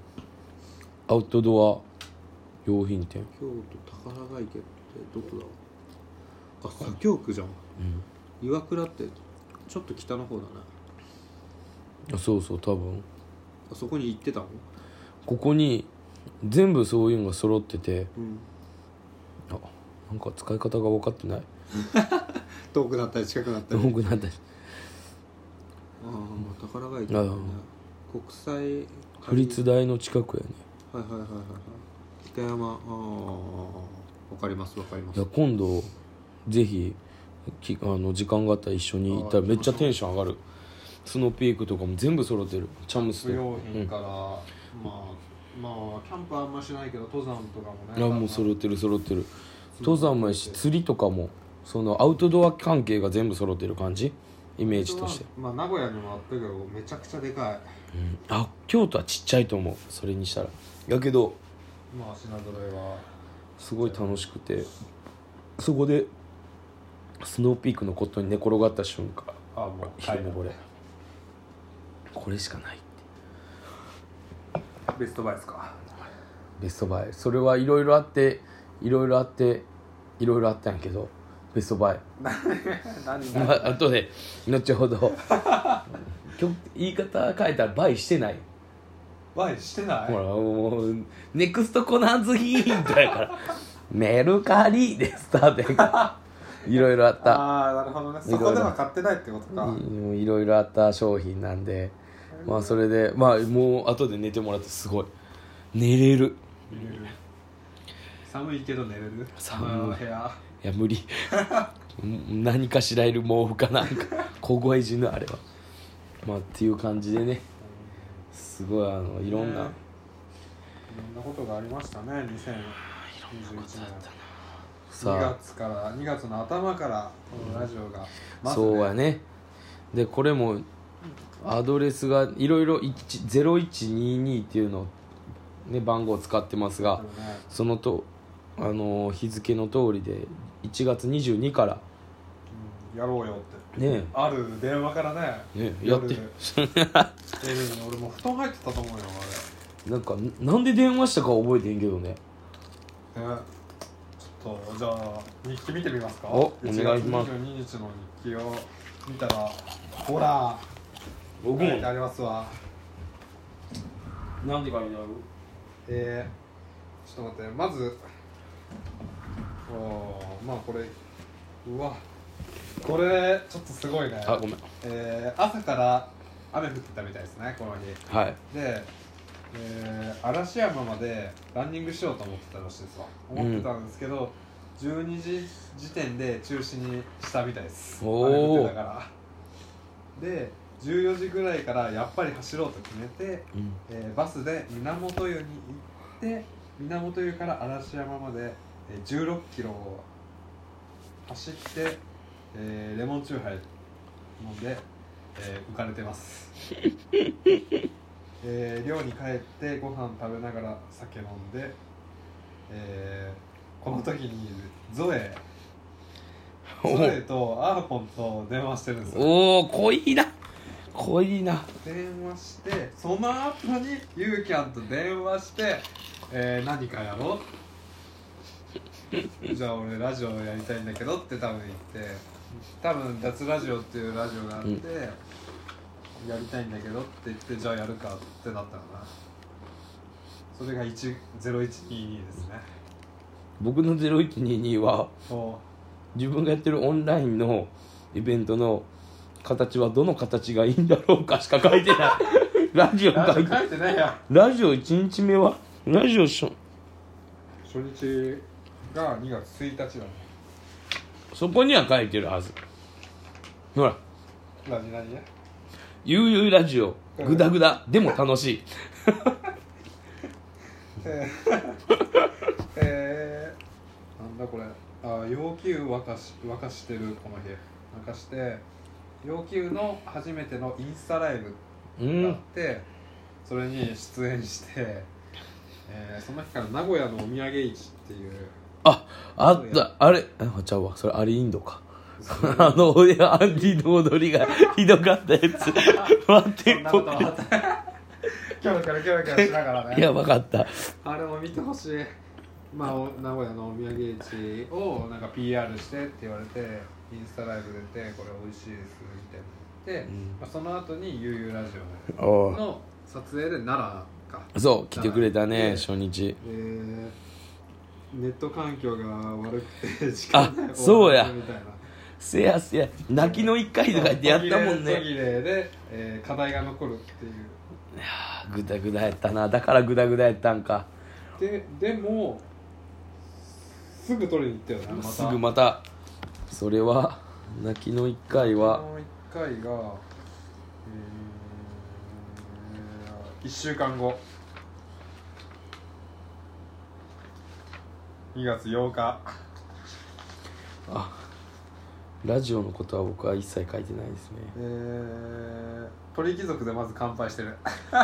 アウトドア用品店京都宝ヶ池ってどこだあ左京区じゃん、岩倉ってちょっと北の方だねあそうそう多分あそこに行ってたのここに全部そういうのが揃っててうんあなんか使い方が分かってない遠くなったり近くなった多りくなったしああまあ宝ヶ池ああだね国際府立大の近くやねはいはいはいはいはい北山ああわかりますわかりまいすや今度ぜひきあの時間があったら一緒に行ったらめっちゃテンション上がるスノーピークとかも全部揃ってるチャムス不で用品から、まあまあキャンプはあんましないけど登山とかもいねやもう揃ってる揃ってる登山もやし釣りとかもそのアウトドア関係が全部揃ってる感じイメージとして、まあ名古屋にもあったけどめちゃくちゃでかいうんあ京都はちっちゃいと思うそれにしたらやけどまあ品揃えはすごい楽しくてそこでスノーピークのコットンに寝転がった瞬間あもう昼もこれ、これしかないってベストバイで すかベストバイそれはいろいろあっていろいろあっていろいろあったんやけどベストバイ何まあ後で後ほどきょ言い方変えたらバイしてないバイしてないほらもうネクストコナンズヒントやからメルカリでスタートやからいろいろあったああなるほどいねろそいろこでは買ってないってことかうんいろいろあった商品なんでまあそれでまあもう後で寝てもらってすごい寝れる寒いけど寝れる寒いあの部屋いや無理うん何かしらいる毛布かなんか小声死ぬあれはまあっていう感じでねすごいあのいろんな、ねいろんなことがありましたね2021年2さ月から2月の頭からこのラジオが、あまずねそうやねでこれもアドレスがいろいろ1 0122っていうのをね番号を使ってますが、そうねそのとあの日付の通りで1月22からうんやろうよってねある電話からねねやって夜寝るに俺もう布団入ってたと思うよなんかなんで電話したか覚えてへんけどねあれ、ね、ちょっとじゃあ日記見てみますかおお願いします1月22日の日記を見たらほら僕書いてありますわなんでかになるえー、ちょっと待ってまずおーまあこれうわこれちょっとすごいねあごめんえー、朝から雨降ってたみたいですねこの日はいで、えー、嵐山までランニングしようと思ってたらしいですわ思ってたんですけど、12時時点で中止にしたみたいですおー雨降ってたからで14時ぐらいからやっぱり走ろうと決めて、うんえーバスで源湯に行って源湯から嵐山までえー16キロを走って、えーレモンチューハイ飲んで、えー浮かれてます えー寮に帰ってご飯食べながら酒飲んで、えーこの時にゾエゾエとアーポンと電話してるんですよおお濃いな濃いな電話してその後にユーキャンと電話して、えー何かやろ うじゃあ俺ラジオやりたいんだけどって多分言って多分脱ラジオっていうラジオがあって、うんやりたいんだけどって言ってじゃあやるかってなったのかなそれが1 0122ですね僕の0122はお自分がやってるオンラインのイベントの形はどの形がいいんだろうかしか書いてないラジオラ書ジオ いて書いてないやラジオ1日目はラジオしょ初日が2月1日だねそこには書いてるはずほら何何ね「ゆうゆうラジオグダグダでも楽しいえー えーなんだこれあ要求沸かし沸かしてるこの日沸かして要求の初めてのインスタライブ」うがあっんて、それに出演して、えーその日から名古屋のお土産市っ ていうああったあれあちゃうわそれアリインドか あのいやアンディの踊りがひどかったやつ 待ってそんな こともあったキョロキョロキョロキョロしながらねやばかったあれも見てほしい、まあ、お名古屋のお土産市をなんか PR してって言われてインスタライブ出てこれ美味しいですみたいな言って、うんまあ、その後に「ゆうゆうラジオ」おの撮影で奈良か、そう来てくれたねね初日えーネット環境が悪くて時あがそうやみたいなせやせや泣きの一回とかってやったもん途ね切れで、えー課題が残るっていうグダグダやったなだからグダグダやったんかででもすぐ取りに行ったよねまたすぐまたそれは泣きの一回はもう1回がえー、1週間後2月8日あラジオのことは僕は一切書いてないですねえー、鳥貴族でまず乾杯してる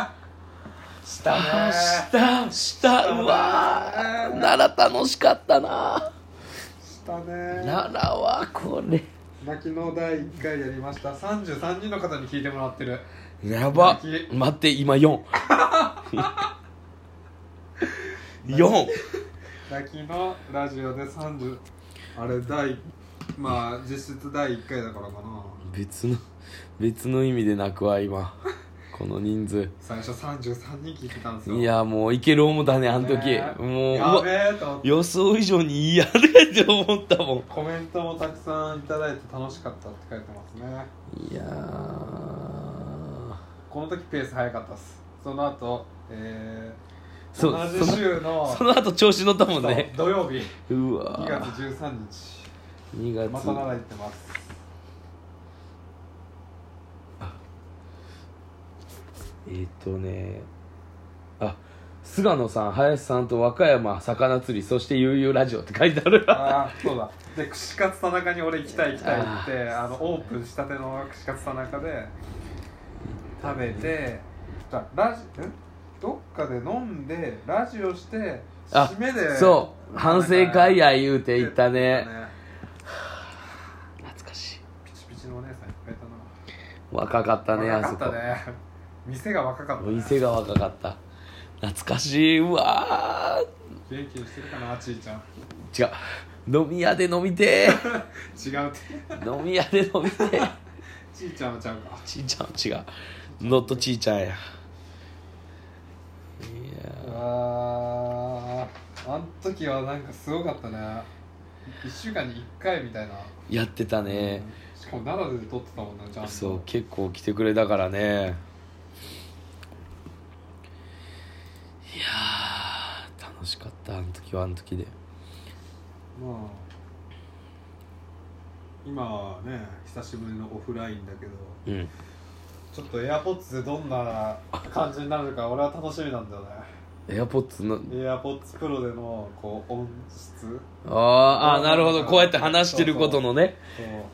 したあしたしたうわー奈良楽しかったなしたね奈良はこれ泣きの第1回やりました33人の方に聞いてもらってるやば泣き待って今4 4泣きのラジオで30あれ第まあ実質第1回だからかな別の別の意味で泣くわ今この人数最初33人聞いてたんですよいやもういける思ったねあの時ねもううやわべえと思って予想以上にいいやるって思ったもんコメントもたくさんいただいて楽しかったって書いてますねいやーこの時ペース早かったっすその後えー、そう同じ週のその後調子乗ったもんそねう土曜日う2わ月ー13日2月また奈良行ってますえーっとねあ菅野さん林さんと和歌山魚釣りそして悠々ラジオって書いてあるああそうだで串カツ田中に俺行きたい行きたいってあ言ってあのオープンしたての串カツ田中で食べてじゃあラジんどっかで飲んでラジオしてあ締めでそう反省会や言うて行言ったね懐かしいピチピチのお姉さんいっぱいいた若かったなねあ若そかっこたね店が若かった、おね、店が若かった懐かしいうわ元気にしてるかなちいちゃんー違う飲み屋で飲みてー違うって飲み屋で飲みてーちいちゃんはちゃうかちいちゃん違うノットちいちゃんやいやあーあん時はなんかすごかったね1週間に1回みたいなーやってたね、しかも奈良で撮ってたもんねちゃんとそう結構来てくれたからねいやー楽しかったあの時はあの時でまあ今はね久しぶりのオフラインだけどうんちょっとエアポッツでどんな感じになるか俺は楽しみなんだよねエアポッツのエアポッツプロでのこう音質あーあーなるほどこうやって話してることのね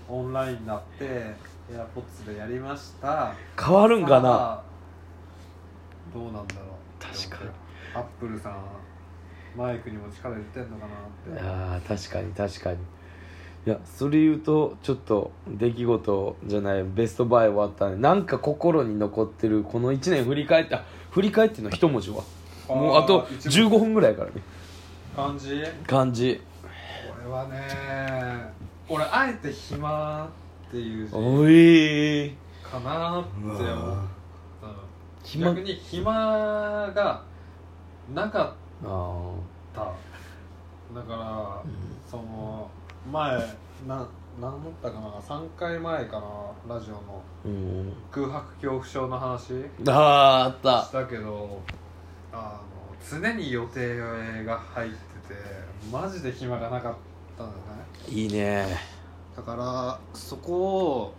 そうオンラインになってエアポッツでやりました変わるんかなさあどうなんだろう確かにアップルさんマイクにも力入れてんのかなってあー確かに確かにいやそれ言うとちょっと出来事じゃないベストバイ終わったねなんか心に残ってるこの1年振り返った振り返っての一文字はもうあとー一15分ぐらいからね感じ感じ俺はね俺あえて暇っていう字おいーかなって思っうたわの暇逆に暇がなかっあただから、その前な何だったかな3回前かなラジオのーうん空白恐怖症の話しあああったたけどあの常に予定が入っててマジで暇がなかったんだよねいいねだからそこを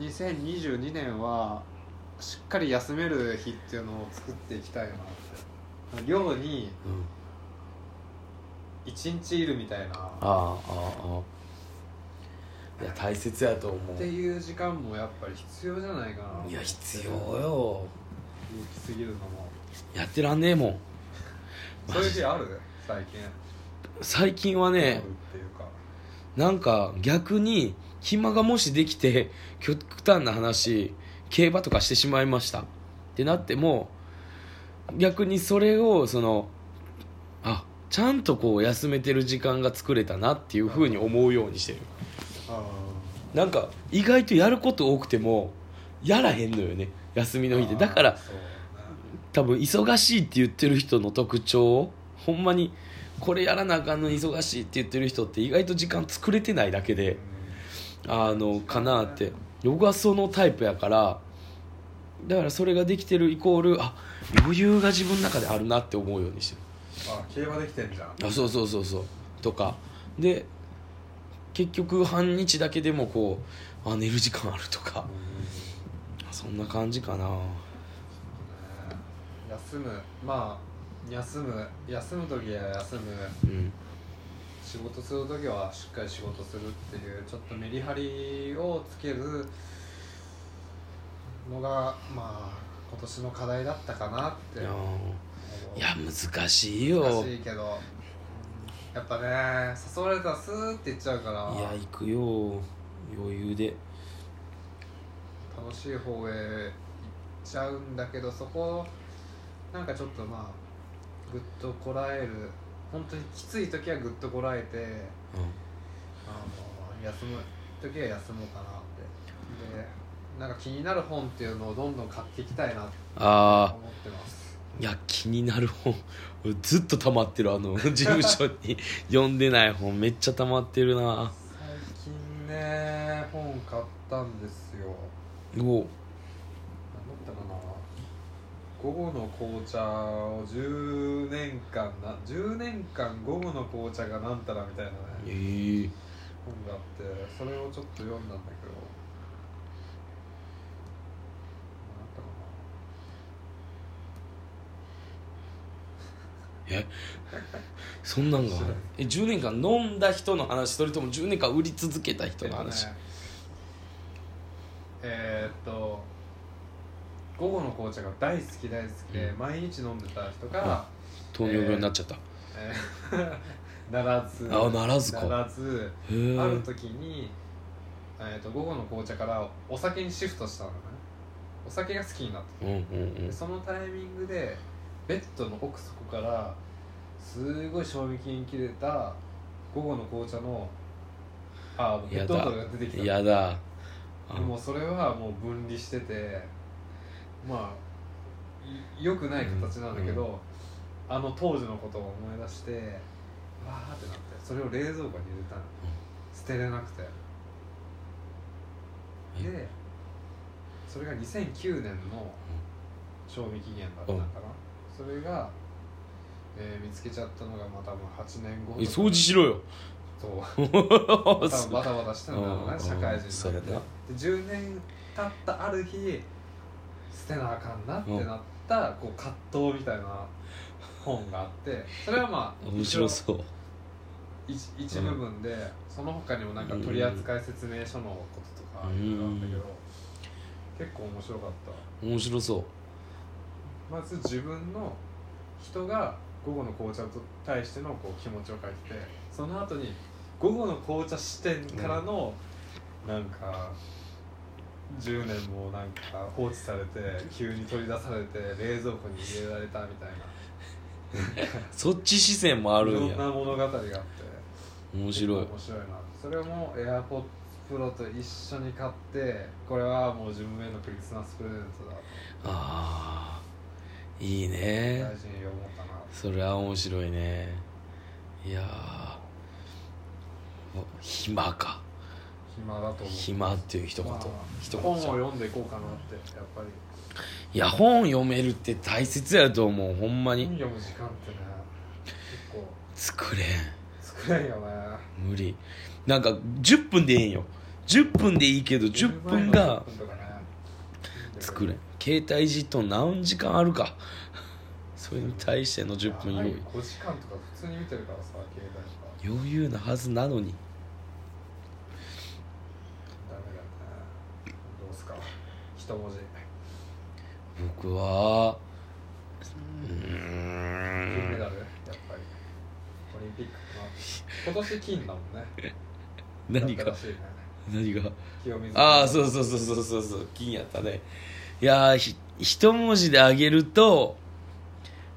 2022年はしっかり休める日っていうのを作っていきたいなって寮にうん1日いるみたいなっあーあーああいや大切やと思てういう時間もやっぱり必要じゃないかないいや必要よ行き過ぎるのもやってらんねえもんそういう日ある最近最近はあるねっていうかなんか逆に暇がもしできて極端な話競馬とかしてしまいましたってなっても逆にそれをそのあちゃんとこう休めてる時間が作れたなっていうふうに思うようにしてるあなんか意外とやること多くてもやらへんのよね休みの日ってだからそう多分忙しいって言ってる人の特徴ほんまにこれやらなあかんのに忙しいって言ってる人って意外と時間作れてないだけだでねあのかなって僕はそのタイプやからだからそれができてるイコールあ余裕が自分の中であるなって思うようにしてるあ競馬できてんじゃんあそうそうそうそうとかで結局半日だけでもこうあ寝る時間あるとかそんな感じかな休むまあ休む休む時は休むうん仕事する時はしっかり仕事するっていうちょっとメリハリをつけるのがまあ今年の課題だったかなっいてや思いうや難しい難よしいけどやっぱね誘われたらスーっていっちゃうからいや行くよ余裕で楽しい方へ行っちゃうんだけどそこをなんかちょっとまあぐっとこらえる本当にきつい時はぐっとこらえてうあの休む時は休もうかなってでなんか気になる本っていうのをどんどん買っていきたいなとんああ思ってますいや気になる本 ずっと溜まってるあ の事務所に読んでない本めっちゃ溜まってるな最近ね本買ったんですよお何だったかな午後の紅茶を10年間な10年間午後の紅茶がなんたらみたいなねえー、本があってそれをちょっと読んだんだけど何だったかなそんなんがあるえ10年間飲んだ人の話それとも10年間売り続けた人の話、えーっと午後の紅茶が大好き大好きで、う毎日飲んでた人あが、糖尿病になっちゃった、えー ならずあならずかならずへえある時に、えーっと午後の紅茶からお酒にシフトしたのねお酒が好きになってうんうんうんでそのタイミングでベッドの奥底からすごい賞味期限切れた午後の紅茶のあペやッだトボトルが出てきたのやだあでもそれはもう分離しててまあい良くない形なんだけど、あの当時のことを思い出してわーってなってそれを冷蔵庫に入れたの、捨てれなくてでそれが2009年の賞味期限だったのかな、それが、えー見つけちゃったのがまあ多分8年後え掃除しろ よそうう多分バタバタしてんだろううんね社会人になうっんてそうやで10年経ったある日捨てなあかんなってなったこう葛藤みたいな本があってそれはまあ面白そう一一部分でその他にもなんか取扱説明書のこととかいろいろあったけど結構面白かった面白そうまず自分の人が午後の紅茶と対してのこう気持ちを書いててその後に午後の紅茶視点からの、なんか10年もなんか放置されて急に取り出されて冷蔵庫に入れられたみたいなそっち視線もあいるんろんなや物語があって面白い面白いなそれも AirPods Pro と一緒に買ってこれはもう自分へのクリスマスプレゼントだああいいね大事に読もうかなそれは面白いねいやーお暇か暇だと思う暇っていう一言、まあ一本を言じゃん読んでいこうかなってやっぱりいや本読めるって大切やと思うほんま本に読む時間ってね結構作れん少ないよね無理なんか10分でええんよ10分でいいけど10分が10分とかね作れん携帯いじっとん何時間あるか それに対しての10分長い余5時間とか普通に見てるからさ携帯とか裕余裕なはずなのにダメだねどうすか一文字僕はう金メーんダルやっぱりオリンピックかな今年金だもんね何だがったらしいね何が清水ああうそうそうそうそうそうそう金やったねいやーひ一文字であげると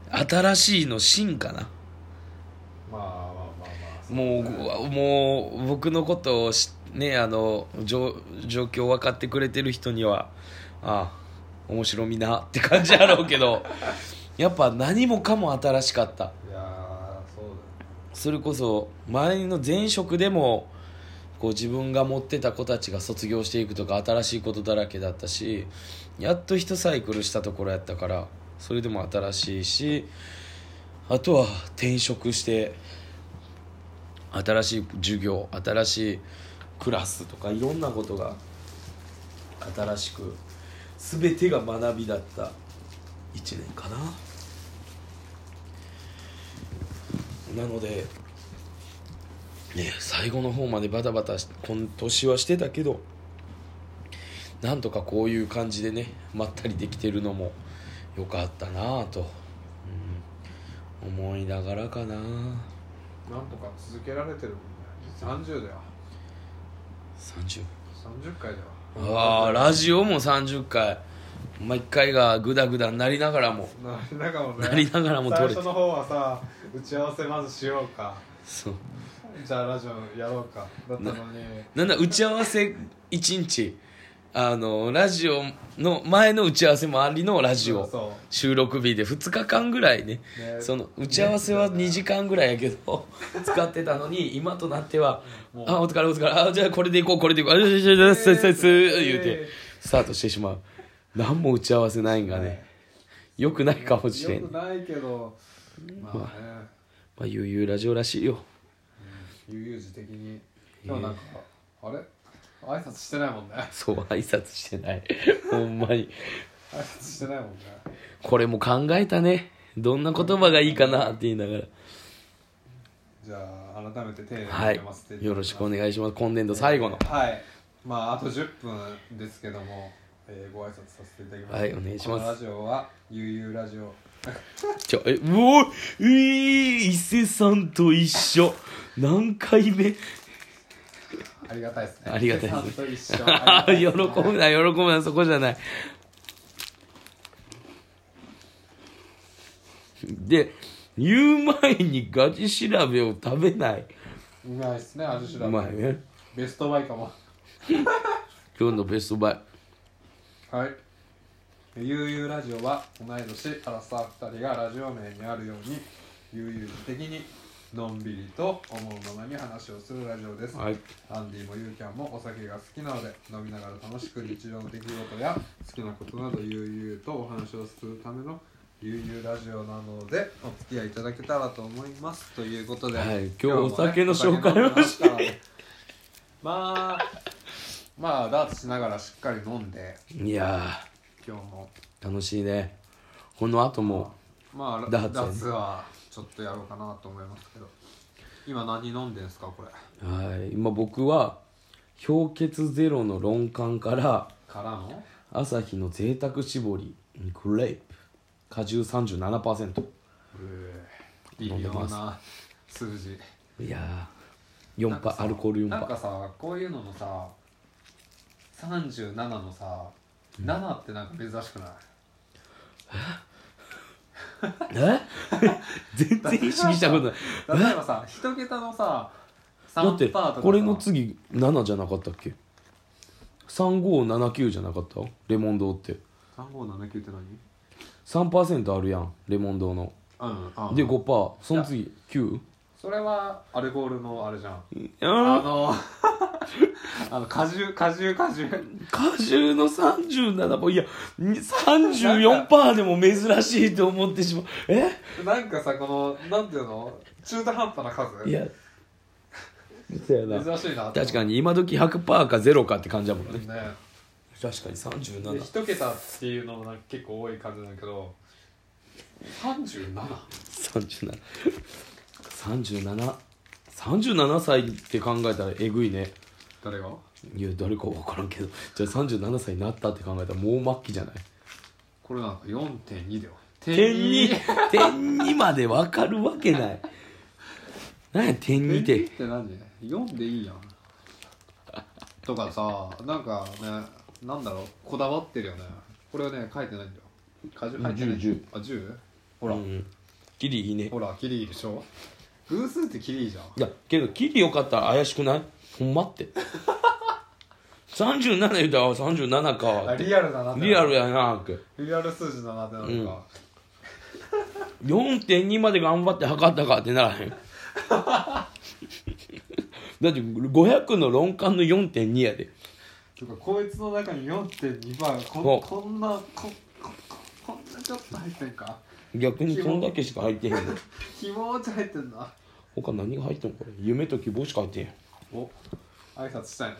新しいの新かなまあまあまあまあもうもう僕のことをしねあの状状況分かってくれてる人にはああ面白みなって感じやろうけどやっぱ何もかも新しかったいやーそうそれこそ前の前職でもこう自分が持ってた子たちが卒業していくとか新しいことだらけだったしやっと一サイクルしたところやったからそれでも新しいしあとは転職して新しい授業新しいクラスとかいろんなことが新しく全てが学びだった1年かななのでね最後の方までバタバタし今年はしてたけどなんとかこういう感じでねまったりできてるのも良かったなぁと、うん、思いながらかななんとか続けられてるもんね30だよ30 30回だよああラジオも30回毎回がグダグダになりながらもなりながらもねなりながらも撮れて最初の方はさ打ち合わせまずしようかそうじゃあラジオやろうかだったのになんだ打ち合わせ1日あのラジオの前の打ち合わせもありのラジオそ収録日で2日間ぐらいねうそうねその打ち合わせは2時間ぐらいやけど使ってたのに今となってはも「うあお疲れお疲れあじゃあこれでいこうこれでいこうあじゃあじゃあじゃあじゃあじゃあじゃあ言うてスタートしてしまう何も打ち合わせないんがねよくないかもしれんよくまないけどまあねあ悠々ラジオらしいよ悠々自適に今日なんかあれ挨拶してないもんねそう挨拶してないほんまに挨拶してないもんねこれも考えたねどんな言葉がいいかなって言いながらじゃあ改めて丁寧にはい読ませていただきますよろしくお願いします今年度最後のはいまああと10分ですけども、えーご挨拶させていただきますはいお願いしますこのラジオは悠々ラジオちょ、え、うおえー、伊勢さんと一緒。何回目ありがたいですねありがたいですさんと一緒ああり 喜がたいですねぶな、喜ぶな、そこじゃない。で、言う前にガチ調べを食べない。うまいですね味調うべまいね。ベストバイかも今日のベストバイ。はい悠々ラジオは同い年アラサー2人がラジオ名にあるように悠々自適にのんびりと思うままに話をするラジオです、はい。アンディもユーキャンもお酒が好きなので飲みながら楽しく日常の出来事や好きなことなど悠々とお話をするための悠々ラジオなのでお付き合いいただけたらと思いますということで、はい今日もねお酒の紹介をしてお酒飲みましたまあまあダーツしながらしっかり飲んでいや今日もー、楽しいね。この後も、まあダダーーツツ,、ねはちょっとやろうかなと思いますけど今何飲んでんすかこれはい。今僕は、氷結ゼロの論艦から、からの朝日の贅沢絞りグレープ果汁37%微妙な数字いやー4なんかパさアルコール4なんかパさこういうののさ37のさ、7ってなんか珍しくないえ 全然意識したこと ない例えばさ一桁のさだって3パーとかさこれの次7じゃなかったっけ3579じゃなかったレモン堂って3579って3%あるやんレモン堂の何うんあで5%その次 9? それはアルコールのあれじゃんああの あの果汁果汁果汁果汁の37%いや34%でも珍しいと思ってしまうえなんかさこのなんていうの中途半端な数いやそうやな珍しいな確にかに今時100%か0かって感じだもんねね確かにで37一桁っていうのもなんか結構多い感じなんだけど 37? 37 37 37歳って考えたらえぐいね誰がいや誰か分からんけどじゃあ37歳になったって考えたらもう末期じゃないこれなんか4.2だよ点に点にまで分かるわけない何や点に点て2って何4でいいやんとかさなんかねなんだろうこだわってるよねこれはね書いてないんだよ果汁入ってない10 10あ10ほら、うんギリいいねほらキリいいでしょ偶数ってキリいいじゃんいやけどキリよかったら怪しくないほんまって37言うたらあ37かあリアルだなってリアルやなってリアル数字だなってなるか、 4.2まで頑張って測ったかってならへんだって500の論幹の4.2やでてかこいつの中に4.2倍こおんこんなここここんなちょっと入ってんか逆にそんだけしか入ってへんの希望っちゃ入ってんな他何が入ってんのこれ夢と希望しか入ってへん お挨拶したい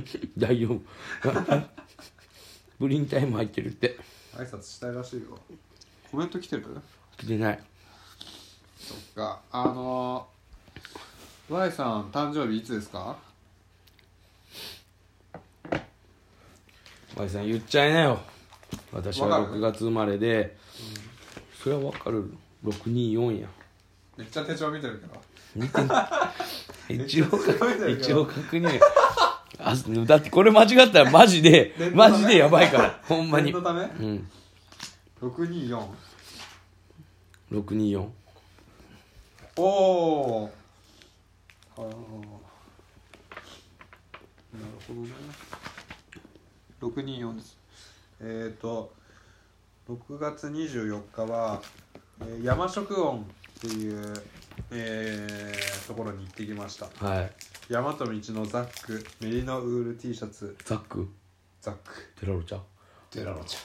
の大丈夫 プリンタイム入ってるって挨拶したいらしいよコメント来てる来てないそっかあのー、Y さん誕生日いつですか Y さん言っちゃいなよ私はわかる6月生まれで、それは分かる624やめっちゃ手帳見てるけど一応すごいんだけど一応確認あだってこれ間違ったらマジで念のたマめジでやばい からほんまに念のためうん624 624おおああなるほどね624ですえっ、ー、と6月24日は、えー山食音っていう、えーところに行ってきましたはい山と道のザックメリノウール T シャツザックザックテラロちゃんデラロちゃ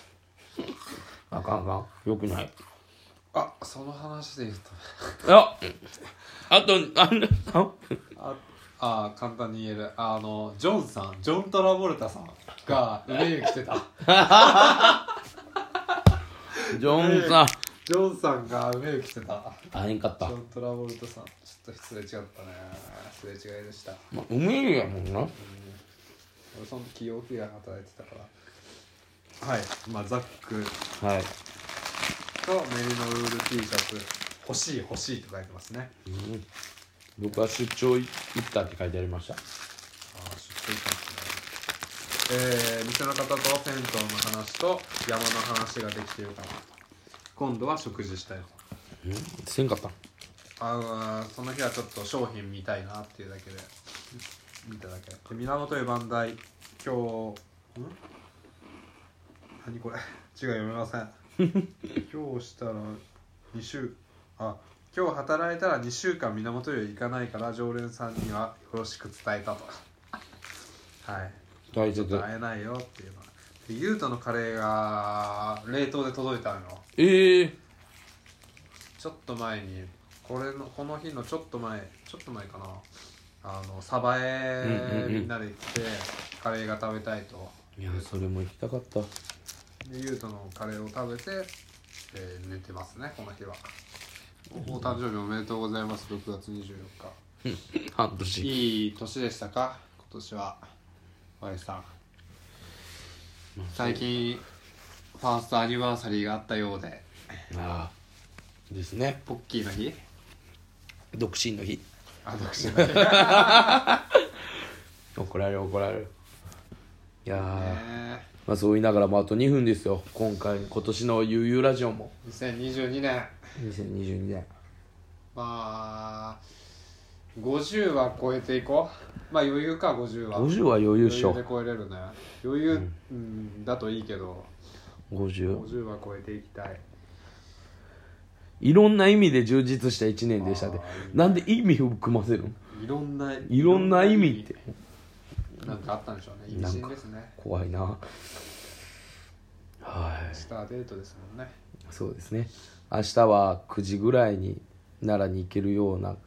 あかんあかんよくないんあその話で言うとああとあんあああ簡単に言えるあのジョンさんジョン・トラボルタさんが梅に来てたジョンさんジョンさんが梅に来てたあへんかっジたョン・トラボルタさんちょっと失礼違ったね失礼違いでしたまあうめえやもんな俺その時陽気が働いてたからはいまあザックはいとメリノウール T シャツ欲しい欲しいって書いてますね僕は出張行ったって書いてありましたああ出張行ったんですねえー、店の方と銭湯の話と山の話ができてるかな今度は食事したいのうんせんかったんあーその日はちょっと商品見たいなっていうだけで見ただけで源湯番台今日ん何これ字が読めません今日したら2週あ今日働いたら2週間源湯行かないから常連さんにはよろしく伝えたとはい大切会えないよっていうのはでゆうとのカレーが冷凍で届いたのよええー、ちょっと前にこれのこの日のちょっと前ちょっと前かなあのサバうんへうんうんみんなで行ってカレーが食べたいといやそれも行きたかったでゆうとのカレーを食べて、えー寝てますねこの日はお誕生日おめでとうございます6月24半日年、いい年でしたか今年は Y さん最近ファーストアニバーサリーがあったようでああですねポッキーの日独身の日あ独身の日怒られる怒られるいやー、ねまあそう言いながらもうあと2分ですよ今回今年の悠々ラジオも2022年2022年まあ50は超えていこうまあ余裕か50は50は余裕っ余し裕ょで超えれるね余裕、うんだといいけど50 50は超えていきたいいろんな意味で充実した1年でしたねあーいいねなんで意味含ませるのいろんないろんな意味ってなんかあったんでしょうね意な味んか深ですね怖いなはいスターデートですもんねそうですね明日は9時ぐらいに奈良に行けるようなはい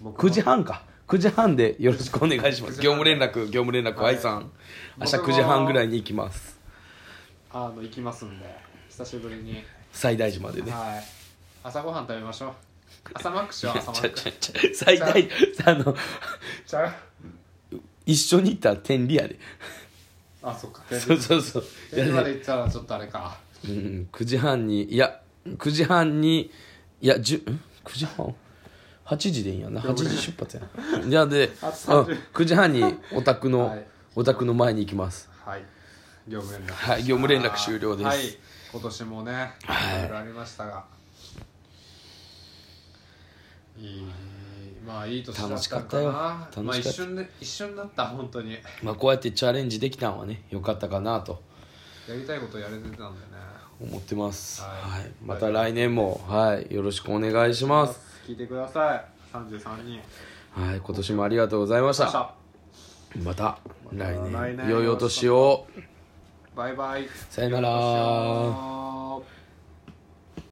僕も9時半か9時半でよろしくお願いします9時業務半連絡業務連絡は愛いさん明日僕も9時半ぐらいに行きますあの行きますんで久しぶりに最大時までねはい朝ごはん食べましょう朝マックしよう朝マちゃッちゃクちゃ最大あのちゃう一緒に行ったら天理やであそっかそうそうそういや今までね行ったらちょっとあれかうん9時半にいや9時半にいや10ん9時半8時でいいんやな8時出発やなじゃあで、うん、あ30 9時半にお宅の、はいお宅の前に行きますはい。業務連絡。はい業務連絡終了ですはい。今年もね、はいいろいろありましたが。いい、まあいい年だったかな。楽しかったよまあ楽しかった一瞬で一瞬だった本当に。やまあこうやってチャレンジできたんはね良かったかなとりたいことやれてたんだよね。思ってます、ははいいまた来年も、はい、よろしくお願いします、聞いてください。三十三人。はい、今年もありがとうございましたさまた来来年年良いお年をあバイバイ。さよならよろしくお願いします